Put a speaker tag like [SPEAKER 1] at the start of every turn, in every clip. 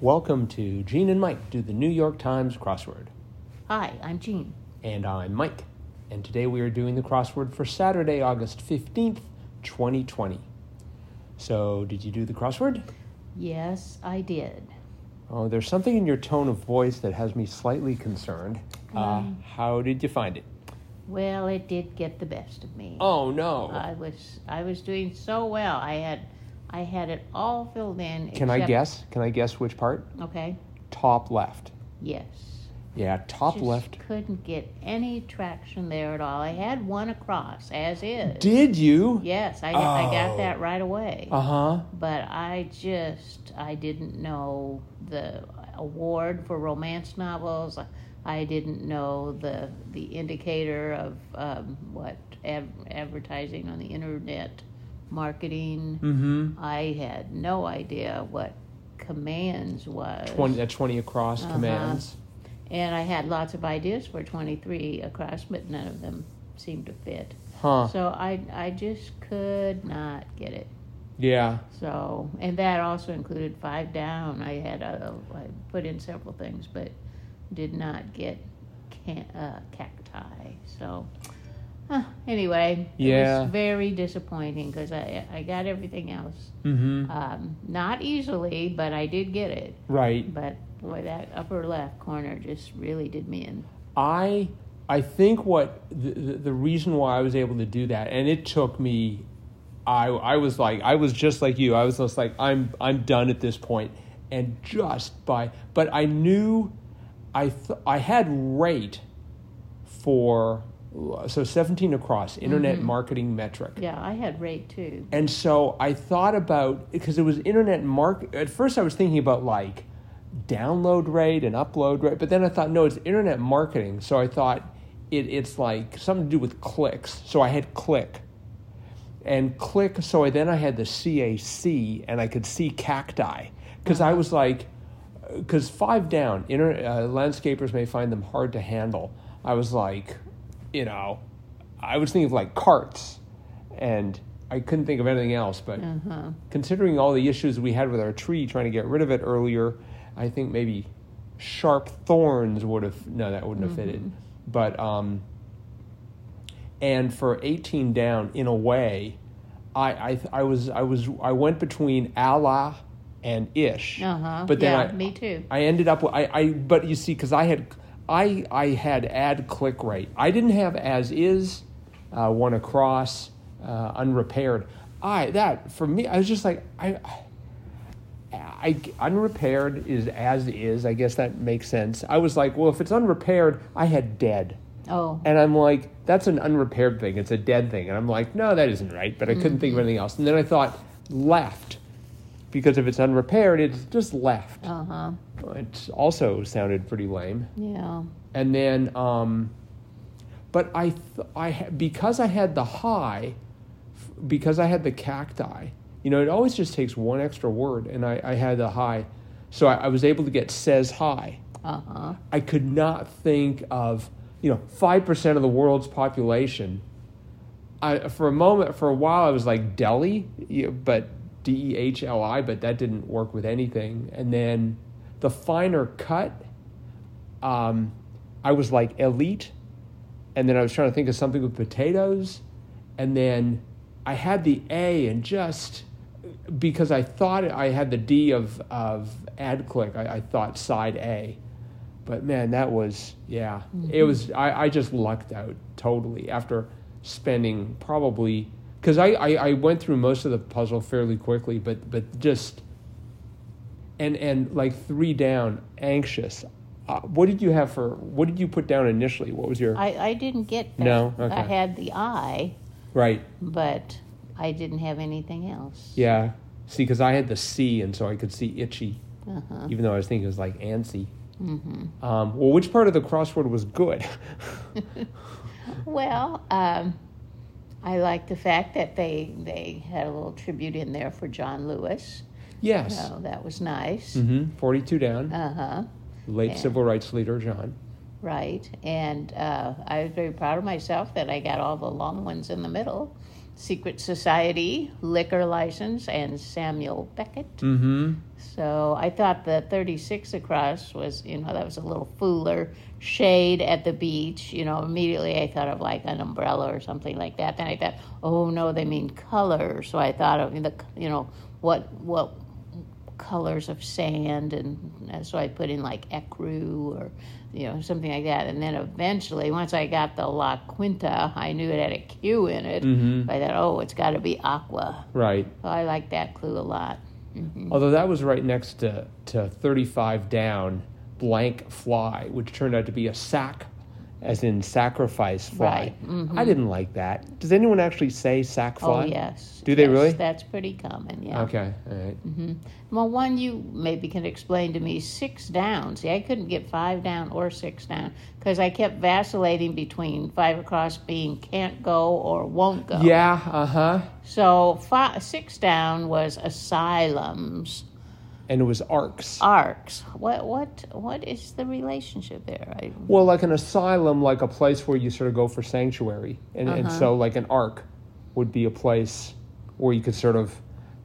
[SPEAKER 1] Welcome to Gene and Mike do the New York Times crossword.
[SPEAKER 2] Hi, I'm Jean.
[SPEAKER 1] And I'm Mike. And today we are doing the crossword for Saturday, August 15th, 2020. So, did you do the crossword?
[SPEAKER 2] Yes, I did.
[SPEAKER 1] Oh, there's something in your tone of voice that has me slightly concerned. Uh, how did you find it?
[SPEAKER 2] Well, it did get the best of me.
[SPEAKER 1] Oh, no.
[SPEAKER 2] I was I was doing so well. I had I had it all filled in.
[SPEAKER 1] Can I
[SPEAKER 2] except-
[SPEAKER 1] guess? Can I guess which part?
[SPEAKER 2] Okay.
[SPEAKER 1] Top left.
[SPEAKER 2] Yes.
[SPEAKER 1] Yeah, top
[SPEAKER 2] Just
[SPEAKER 1] left.
[SPEAKER 2] Couldn't get any traction there at all. I had one across as is.
[SPEAKER 1] Did you?
[SPEAKER 2] yes, I I
[SPEAKER 1] Oh.
[SPEAKER 2] got that right away.
[SPEAKER 1] Uh huh.
[SPEAKER 2] but I just I didn't know the award for romance novels. I didn't know the the indicator of um, what ad- advertising on the internet marketing.
[SPEAKER 1] Mm hmm.
[SPEAKER 2] I had no idea what commands was.
[SPEAKER 1] 20, at 20 uh, across commands.
[SPEAKER 2] And I had lots of ideas for 23 across, but none of them seemed to fit.
[SPEAKER 1] Huh.
[SPEAKER 2] So I I just could not get it.
[SPEAKER 1] Yeah.
[SPEAKER 2] So, and that also included five down. I had uh, I put in several things, but did not get can, uh, cacti. So, huh, anyway, it
[SPEAKER 1] Yeah.
[SPEAKER 2] was very disappointing because I I got everything else.
[SPEAKER 1] Mm hmm.
[SPEAKER 2] Um, not easily, but I did get it.
[SPEAKER 1] Right.
[SPEAKER 2] But boy, that upper left corner just really did me in.
[SPEAKER 1] I I think what the, the, the reason why I was able to do that, and it took me, I I was like I was just like you. I was just like I'm I'm done at this point, and just by but I knew, I th- I had rate, for so 17 across internet marketing metric.
[SPEAKER 2] Yeah, I had rate too.
[SPEAKER 1] And so I thought about because it was internet mark. At first, I was thinking about like download rate and upload rate, but then I thought, no, it's internet marketing. So I thought it, it's like something to do with clicks. So I had click and click. So I, then I had the CAC and I could see cacti because I was like, because five down, inter, uh, landscapers may find them hard to handle. I was like, you know, I was thinking of like carts and I couldn't think of anything else. But considering all the issues we had with our tree trying to get rid of it earlier, I think maybe sharp thorns would have, no, that wouldn't have fitted. But, um, and for 18 down in a way i i, I was i was i went between allah and ish
[SPEAKER 2] Uh-huh.
[SPEAKER 1] but then
[SPEAKER 2] Yeah,
[SPEAKER 1] I,
[SPEAKER 2] me too.
[SPEAKER 1] i ended up with, i i but you see because i had i i had ad click rate i didn't have as is uh, one across uh, unrepaired i that for me i was just like i I, unrepaired is as is. I guess that makes sense. I was like, well, if it's unrepaired, I had dead.
[SPEAKER 2] Oh,
[SPEAKER 1] And I'm like, that's an unrepaired thing. It's a dead thing. And I'm like, no, that isn't right. But I couldn't think of anything else. And then I thought, left. Because if it's unrepaired, it's just left.
[SPEAKER 2] uh huh.
[SPEAKER 1] It also sounded pretty lame.
[SPEAKER 2] Yeah.
[SPEAKER 1] And then, um, but I, th- I ha- because I had the high, f- because I had the cacti, you know, it always just takes one extra word. And I, I had the high. So I, I was able to get says high.
[SPEAKER 2] Uh huh.
[SPEAKER 1] I could not think of, you know, 5% of the world's population. I, for a moment, for a while, I was like Delhi, you- but D E H L I, but that didn't work with anything. And then the finer cut, um, I was like elite. And then I was trying to think of something with potatoes. And then I had the A and just because I thought I had the D of, of ad click, I, I thought side A. But man, that was yeah. It was I, I just lucked out totally after spending probably because I, I I went through most of the puzzle fairly quickly, but but just and and like three down, anxious. Uh, what did you have for? What did you put down initially? What was your
[SPEAKER 2] I, I didn't get that.
[SPEAKER 1] No? Okay.
[SPEAKER 2] I had the eye.
[SPEAKER 1] right?
[SPEAKER 2] but I didn't have anything else.
[SPEAKER 1] Yeah. See, because I had the C, and so I could see itchy,
[SPEAKER 2] Uh-huh.
[SPEAKER 1] even though I was thinking it was like antsy. Mm-hmm. Um, well, which part of the crossword was good?
[SPEAKER 2] Well, um, I like the fact that they they had a little tribute in there for John Lewis.
[SPEAKER 1] yes.
[SPEAKER 2] So that was nice.
[SPEAKER 1] hmm Forty-two down.
[SPEAKER 2] Uh huh.
[SPEAKER 1] late
[SPEAKER 2] Yeah.
[SPEAKER 1] civil rights leader John.
[SPEAKER 2] Right. And uh, I was very proud of myself that I got all the long ones in the middle. Secret Society, Liquor License, and Samuel Beckett.
[SPEAKER 1] Mm-hmm.
[SPEAKER 2] So I thought the 36 across was, you know, that was a little fooler. Shade at the beach, you know, immediately I thought of like an umbrella or something like that. Then I thought, oh no, they mean color. So I thought of the, you know, what what colors of sand, and, and so I put in like ecru or, you know, something like that. And then eventually, once I got the La Quinta, I knew it had a Q in it.
[SPEAKER 1] Mhm.
[SPEAKER 2] I thought, oh, it's got to be aqua.
[SPEAKER 1] Right.
[SPEAKER 2] So I like that clue a lot. Mm.
[SPEAKER 1] Although that was right next to, to 35 down, blank fly, which turned out to be a sack, as in sacrifice fly.
[SPEAKER 2] Right, Mm-hmm.
[SPEAKER 1] I didn't like that. Does anyone actually say sack fly?
[SPEAKER 2] Oh yes.
[SPEAKER 1] Do they
[SPEAKER 2] Yes,
[SPEAKER 1] really?
[SPEAKER 2] That's pretty common. Yeah.
[SPEAKER 1] Okay, all right.
[SPEAKER 2] Well, one you maybe can explain to me. Six down. See, I couldn't get five down or six down because I kept vacillating between five across being can't go or won't go.
[SPEAKER 1] Yeah, uh huh.
[SPEAKER 2] So five, six down was asylums,
[SPEAKER 1] And it was arcs.
[SPEAKER 2] arcs. What what what is the relationship there? I,
[SPEAKER 1] Well, like an asylum, like a place where you sort of go for sanctuary. And, and
[SPEAKER 2] Uh-huh.
[SPEAKER 1] so, like, an ark would be a place where you could sort of,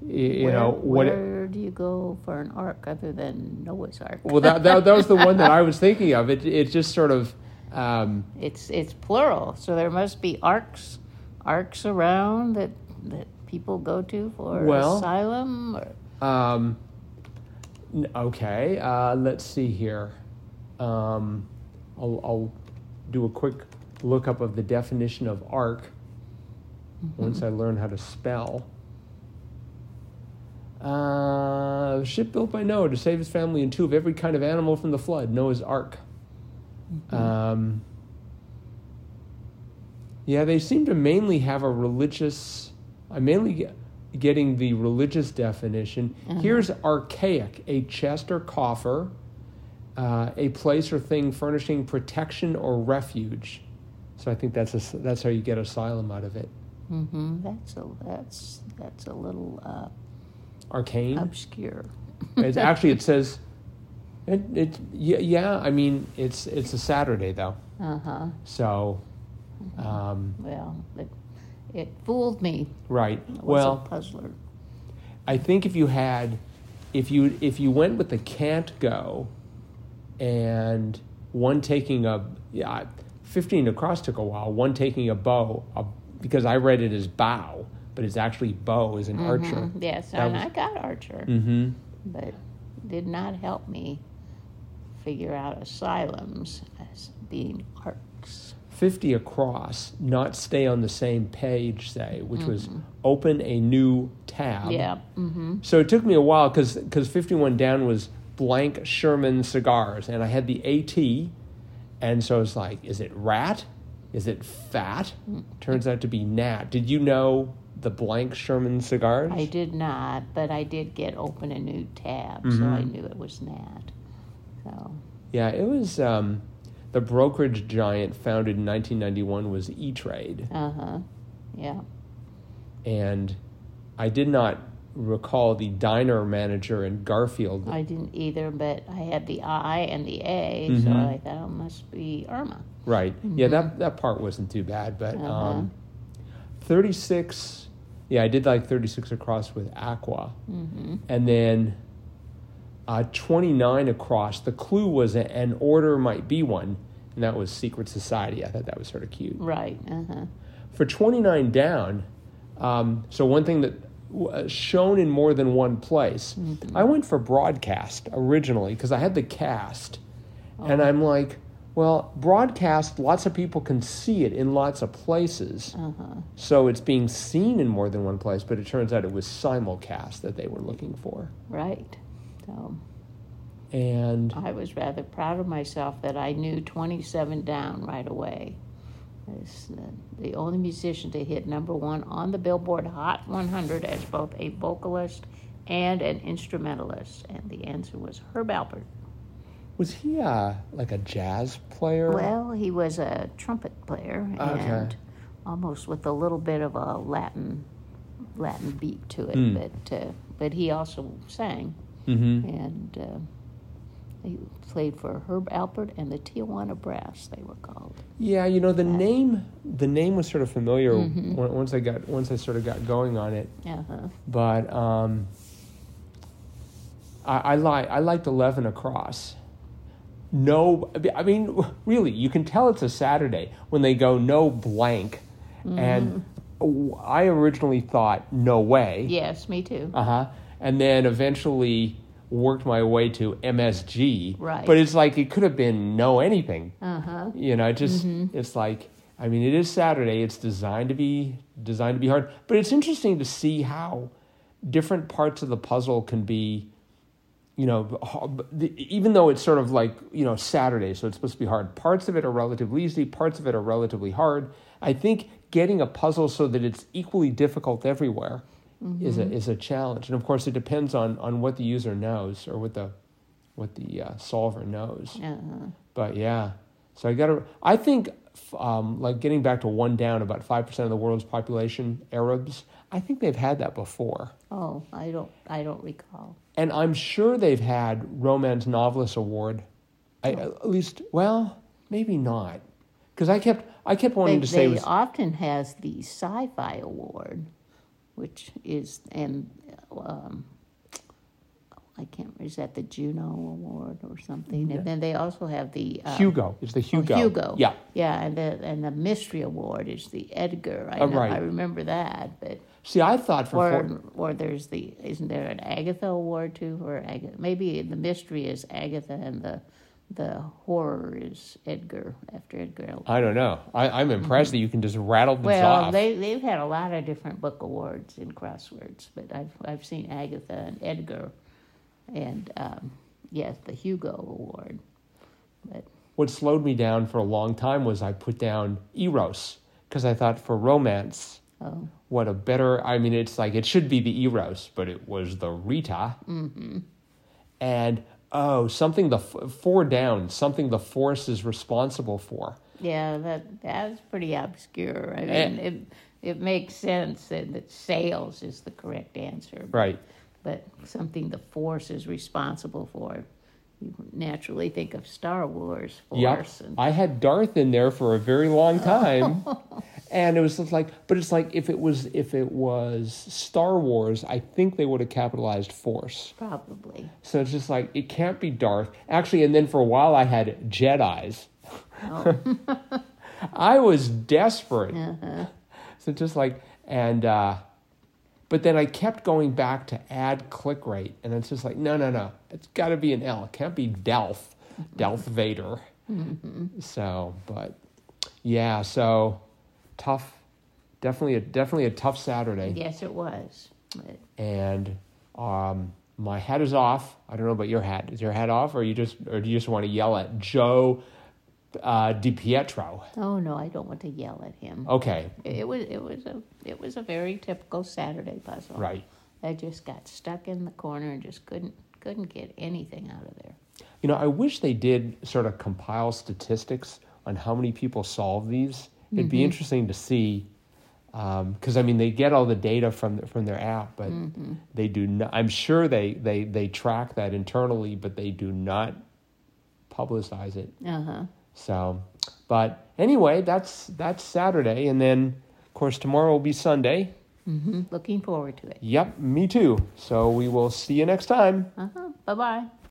[SPEAKER 1] y- you know,
[SPEAKER 2] where,
[SPEAKER 1] what.
[SPEAKER 2] where do you go for an ark other than Noah's Ark?
[SPEAKER 1] well, that, that, that was the one that I was thinking of. It, it just sort of. Um,
[SPEAKER 2] It's it's plural, so there must be arcs, arcs around that that people go to for
[SPEAKER 1] Well-
[SPEAKER 2] asylum. Or,
[SPEAKER 1] Um, n- okay, uh, let's see here. Um, I'll, I'll do a quick lookup of the definition of arc once I learn how to spell. Uh, ship built by Noah to save his family and two of every kind of animal from the flood. Noah's Ark. Um, yeah, they seem to mainly have a religious. I'm mainly ge- getting the religious definition. Here's archaic: a chest or coffer, uh, a place or thing furnishing protection or refuge. So I think that's as that's how you get asylum out of it.
[SPEAKER 2] hmm that's a that's that's a little uh,
[SPEAKER 1] Arcane.
[SPEAKER 2] obscure.
[SPEAKER 1] It's actually it says, it, it yeah, yeah. I mean it's it's a Saturday though,
[SPEAKER 2] Uh huh.
[SPEAKER 1] so, um,
[SPEAKER 2] Well, it, it fooled me.
[SPEAKER 1] right.
[SPEAKER 2] It was
[SPEAKER 1] Well,
[SPEAKER 2] a puzzler.
[SPEAKER 1] I think if you had, if you if you went with the can't go, and one taking a yeah, fifteen across took a while. One taking a bow, a, because I read it as bow, but it's actually bow as an archer.
[SPEAKER 2] Mhm, Yes,
[SPEAKER 1] That
[SPEAKER 2] and
[SPEAKER 1] was-
[SPEAKER 2] I got Archer,
[SPEAKER 1] Mm-hmm.
[SPEAKER 2] but did not help me figure out asylums as being arcs.
[SPEAKER 1] 50 across, not stay on the same page, say, which was open a new tab.
[SPEAKER 2] yeah. Mm-hmm.
[SPEAKER 1] So it took me a while because 51 down was blank Sherman cigars, and I had the AT, and so I was like, is it rat? Is it fat? Turns out to be gnat. Did you know the blank Sherman cigars?
[SPEAKER 2] I did not, but I did get open a new tab, so I knew it was that. So
[SPEAKER 1] Yeah, it was um, the brokerage giant founded in 1991 was E Trade.
[SPEAKER 2] uh huh, yeah.
[SPEAKER 1] and I did not recall the diner manager in Garfield.
[SPEAKER 2] I didn't either, but I had the I and the A, so
[SPEAKER 1] Mhm.
[SPEAKER 2] I thought it must be Irma.
[SPEAKER 1] right. Yeah, that that part wasn't too bad, but um, 36 yeah, I did like 36 across with Aqua.
[SPEAKER 2] Mm-hmm.
[SPEAKER 1] And then uh, 29 across, the clue was a, an order might be one, and that was Secret Society. I thought that was sort of cute.
[SPEAKER 2] Right. Uh huh.
[SPEAKER 1] For 29 down, um, so one thing that w- uh, shown in more than one place, I went for broadcast originally because I had the cast. And I'm like, well, broadcast, lots of people can see it in lots of places.
[SPEAKER 2] Uh huh.
[SPEAKER 1] So it's being seen in more than one place, but it turns out it was simulcast that they were looking for.
[SPEAKER 2] Right. So
[SPEAKER 1] And
[SPEAKER 2] I was rather proud of myself that I knew 27 down right away. It's the- the only musician to hit number one on the Billboard Hot 100 as both a vocalist and an instrumentalist. And the answer was Herb Alpert.
[SPEAKER 1] was he uh, like a jazz player?
[SPEAKER 2] Well, he was a trumpet player
[SPEAKER 1] Okay.
[SPEAKER 2] and almost with a little bit of a Latin Latin beat to it,
[SPEAKER 1] Hmm.
[SPEAKER 2] but uh, but he also sang
[SPEAKER 1] mm-hmm.
[SPEAKER 2] and uh, He played for Herb Alpert and the Tijuana Brass, they were called.
[SPEAKER 1] Yeah, you know the name. The name was sort of familiar when, once I got once I sort of got going on it.
[SPEAKER 2] Uh-huh.
[SPEAKER 1] But um, I, I like I liked Eleven Across. No, I be- I mean really, you can tell it's a Saturday when they go no blank, and w- I originally thought no way.
[SPEAKER 2] Yes, me too.
[SPEAKER 1] Uh huh. And then eventually worked my way to MSG.
[SPEAKER 2] Right.
[SPEAKER 1] But it's like it could have been no anything.
[SPEAKER 2] Uh-huh.
[SPEAKER 1] You know, it just it's like I mean, it is Saturday. It's designed to be designed to be hard, but it's interesting to see how different parts of the puzzle can be. You know, h- the- even though it's sort of like you know Saturday, so it's supposed to be hard. Parts of it are relatively easy. Parts of it are relatively hard. I think getting a puzzle so that it's equally difficult everywhere is a is a challenge, and of course, it depends on on what the user knows or what the what the uh, solver knows.
[SPEAKER 2] Uh-huh.
[SPEAKER 1] But yeah, so I gotta. I think, f- um, like getting back to one down, about five percent of the world's population Arabs. I think they've had that before,
[SPEAKER 2] Oh, I don't I don't recall.
[SPEAKER 1] and I'm sure they've had Romance Novelist Award. I, At least, well, maybe not, because I kept I kept wanting to
[SPEAKER 2] They,
[SPEAKER 1] say it
[SPEAKER 2] they
[SPEAKER 1] was,
[SPEAKER 2] often has the sci-fi award, which is and um, I can't is that the Juno Award or something? And then they also have the uh,
[SPEAKER 1] Hugo. It's the
[SPEAKER 2] oh,
[SPEAKER 1] Hugo.
[SPEAKER 2] Hugo.
[SPEAKER 1] Yeah.
[SPEAKER 2] yeah, and the and the Mystery Award is the Edgar. I
[SPEAKER 1] Oh,
[SPEAKER 2] know,
[SPEAKER 1] right.
[SPEAKER 2] I remember that, but
[SPEAKER 1] See, I thought for four-
[SPEAKER 2] or or there's the isn't there an Agatha Award too for Agatha? Maybe the mystery is Agatha and the the horror is Edgar after Edgar. Allan
[SPEAKER 1] I don't know. I, I'm impressed that you can just rattle this
[SPEAKER 2] Mm-hmm. Well,
[SPEAKER 1] off.
[SPEAKER 2] they they've had a lot of different book awards and crosswords, but I've I've seen Agatha and Edgar, and um, yes, the Hugo Award. But
[SPEAKER 1] what slowed me down for a long time was I put down Eros because I thought for romance.
[SPEAKER 2] oh,
[SPEAKER 1] what a better i mean it's like it should be the eros but it was the rita mm-hmm. and oh something the f- four down something the force is responsible for
[SPEAKER 2] yeah, that that's pretty obscure. I mean, it it makes sense that, that sales is the correct answer,
[SPEAKER 1] right
[SPEAKER 2] but something the Force is responsible for. You naturally think of Star Wars
[SPEAKER 1] yep
[SPEAKER 2] Force. And,
[SPEAKER 1] i had darth in there for a very long time and it was just like but it's like if it was if it was star wars i think they would have capitalized force
[SPEAKER 2] probably.
[SPEAKER 1] so it's just like it can't be darth actually and then for a while i had jedis
[SPEAKER 2] Oh,
[SPEAKER 1] i was desperate
[SPEAKER 2] uh-huh.
[SPEAKER 1] So just like and uh but then I kept going back to add click rate and it's just like no no no it's got to be an L it can't be Delph Delph Vader
[SPEAKER 2] Mm-hmm.
[SPEAKER 1] so but yeah so tough definitely a definitely a tough Saturday
[SPEAKER 2] Yes, it was. But
[SPEAKER 1] and um my hat is off I don't know about your hat is your hat off or you just or do you just want to yell at Joe uh Di Pietro
[SPEAKER 2] oh no, I don't want to yell at him.
[SPEAKER 1] okay
[SPEAKER 2] It, it was it was a it was a very typical Saturday puzzle.
[SPEAKER 1] right
[SPEAKER 2] I just got stuck in the corner and just couldn't couldn't get anything out of there.
[SPEAKER 1] You know, I wish they did sort of compile statistics on how many people solve these. It'd be interesting to see, because I mean, they get all the data from from their app, but they do. Not, I'm sure they they they track that internally, but they do not publicize it.
[SPEAKER 2] Uh huh.
[SPEAKER 1] So, but anyway, that's that's Saturday, and then of course tomorrow will be Sunday.
[SPEAKER 2] hmm Mm-hmm. Looking forward to it.
[SPEAKER 1] Yep, me too. So we will see you next time.
[SPEAKER 2] Uh huh. Bye bye.